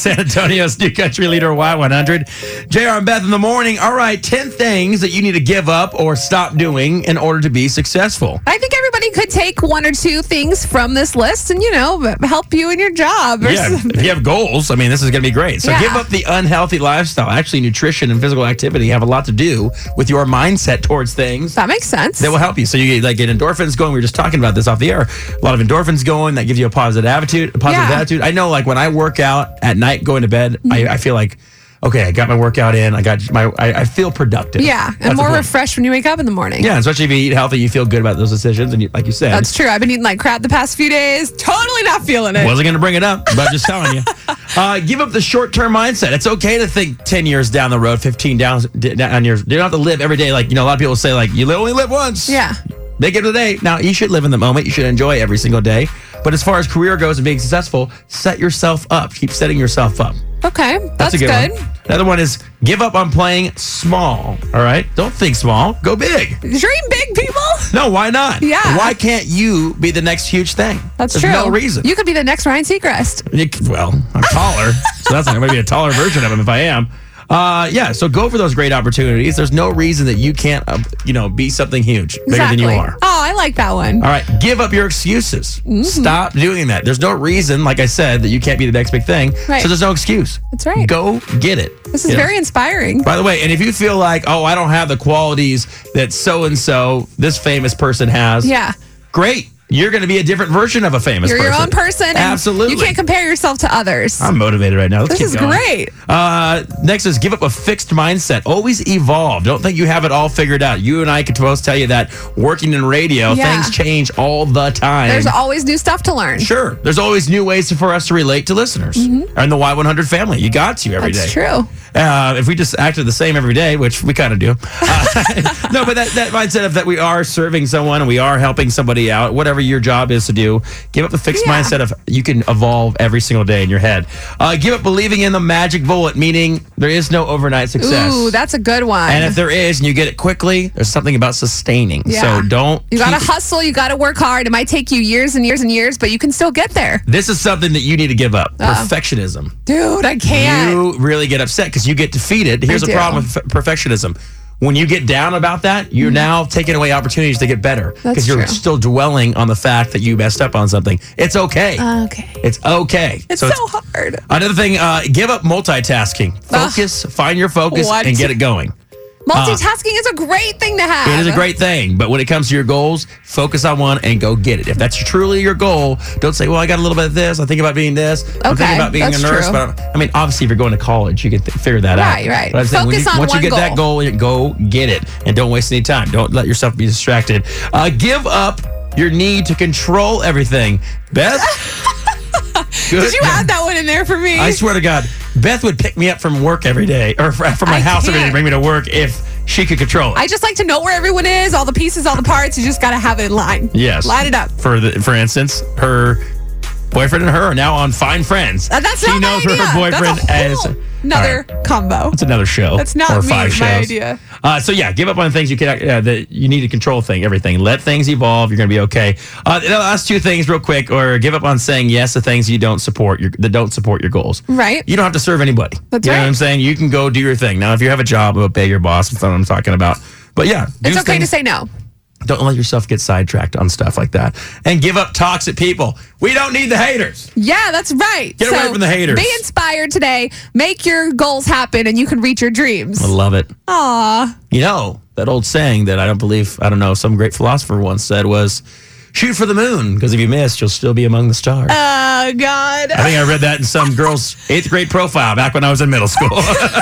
San Antonio's new country leader Y100. JR and Beth in the morning. All right, 10 things that you need to give up or stop doing in order to be successful. I think everybody could take one or two things from this list and, you know, help you in your job or Yeah, something. if you have goals, I mean, this is going to be great. So Yeah. give up the unhealthy lifestyle. Actually, nutrition and physical activity have a lot to do with your mindset towards things. That makes sense. that will help you. So you get, like get endorphins going. We were just talking about this off the air. A lot of endorphins going. That gives you a positive attitude. A positive Yeah. Mm-hmm. attitude. I know, like when I work out at night, going to bed, I, I feel like, okay, I got my workout in. I got my. I, I feel productive. yeah. That's the And more point. refreshed when you wake up in the morning. Yeah, especially if you eat healthy, you feel good about those decisions, and you, like you said, That's true. I've been eating like crap the past few days. Totally not feeling it. Wasn't going to bring it up, but I'm just telling you. Uh, give up the short term mindset. It's okay to think 10 years down the road, 15 down, down years. You don't have to live every day. Like, you know, a lot of people say, like, you li- only live once. Yeah. Make it today. Now, you should live in the moment. You should enjoy every single day. But as far as career goes and being successful, set yourself up. Keep setting yourself up. Okay. That's, That's, a good, good. one. Another one is give up on playing small. All right. Don't think small, go big. Dream big, people. No, why not? Yeah. Why can't you be the next huge thing? That's There's true. No reason. You could be the next Ryan Seacrest. You c- Well, I'm taller, so that's not maybe a taller version of him if I am. Uh, yeah, so go for those great opportunities. There's no reason that you can't, uh, you know, be something huge, bigger exactly. than you are. Oh, I like that one. All right, give up your excuses. Mm-hmm. Stop doing that. There's no reason, like I said, that you can't be the next big thing. Right. So there's no excuse. That's right. Go get it. This is You know? very inspiring. By the way, and if you feel like, oh, I don't have the qualities that so and so, this famous person has, Yeah. great. You're going to be a different version of a famous You're person. your own person. and Absolutely. You can't compare yourself to others. I'm motivated right now. Let's This keep is going. great. Uh, next is give up a fixed mindset. Always evolve. Don't think you have it all figured out. You and I could both tell you that working in radio, Yeah. things change all the time. There's always new stuff to learn. sure, there's always new ways for us to relate to listeners and the Y100 family. You got to every day. Mm-hmm. That's true. Uh, if we just acted the same every day, which we kind of do, uh, no, but that, that mindset of that we are serving someone and we are helping somebody out, whatever your job is to do, give up the fixed Yeah. mindset of you can evolve every single day in your head. Uh, give up believing in the magic bullet, meaning there is no overnight success. Ooh, that's a good one. and if there is and you get it quickly, there's something about sustaining. Yeah. So don't. You gotta keep- hustle. You gotta work hard. It might take you years and years and years, but you can still get there. this is something that you need to give up perfectionism. Dude, I can't. you really get upset because you get defeated. Here's the do. problem with f- perfectionism. When you get down about that, you're now taking away opportunities to get better because Mm-hmm. That's you're true. still dwelling on the fact that you messed up on something. It's okay. Okay. It's okay. Uh, It's so, hard. Another thing, uh, give up multitasking. Ugh. Focus, find your focus, What? and get it going. Multitasking is a great thing to have. It is a great thing, but when it comes to your goals, focus on one and go get it. If that's truly your goal, don't say, "Well, I got a little bit of this. I think about being this. I'm Okay, thinking about being a that's nurse." true. But I mean, obviously, if you're going to college, you can th- figure that out. Right, right. But I'm saying, when Focus you- on once one you get that goal, you go get it, and don't waste any time. Don't let yourself be distracted. Uh, give up your need to control everything, Beth. Good Did you God. add that one in there for me? I swear to God, Beth would pick me up from work every day, or fr- from my I house every day, can't. bring me to work if she could control it. I just like to know where everyone is, all the pieces, all the parts. You just gotta have it in line. Yes. Line it up. For the, for instance, her boyfriend and her are now on Fine Friends. Uh, That's she not knows my idea. her boyfriend That's a as whole another All right. combo. It's another show. That's not or me, five my shows. idea. Uh, so yeah, give up on things you can uh, that you need to control. Thing everything. Let things evolve. You're gonna be okay. Uh, the last two things, real quick, or give up on saying yes to things you don't support. Your, that don't support your goals. Right. You don't have to serve anybody. That's you know what right. I'm saying. You can go do your thing. Now, if you have a job, obey your boss. That's what I'm talking about. But yeah, do It's okay to things- say no. don't let yourself get sidetracked on stuff like that and give up toxic people. We don't need the haters. Yeah, that's right. Get away from the haters. Be inspired today. Make your goals happen, and you can reach your dreams. I love it. Aw. You know, that old saying that I don't believe, I don't know, some great philosopher once said was shoot for the moon because if you miss, you'll still be among the stars. Oh, God. I think I read that in some girl's eighth grade profile back when I was in middle school.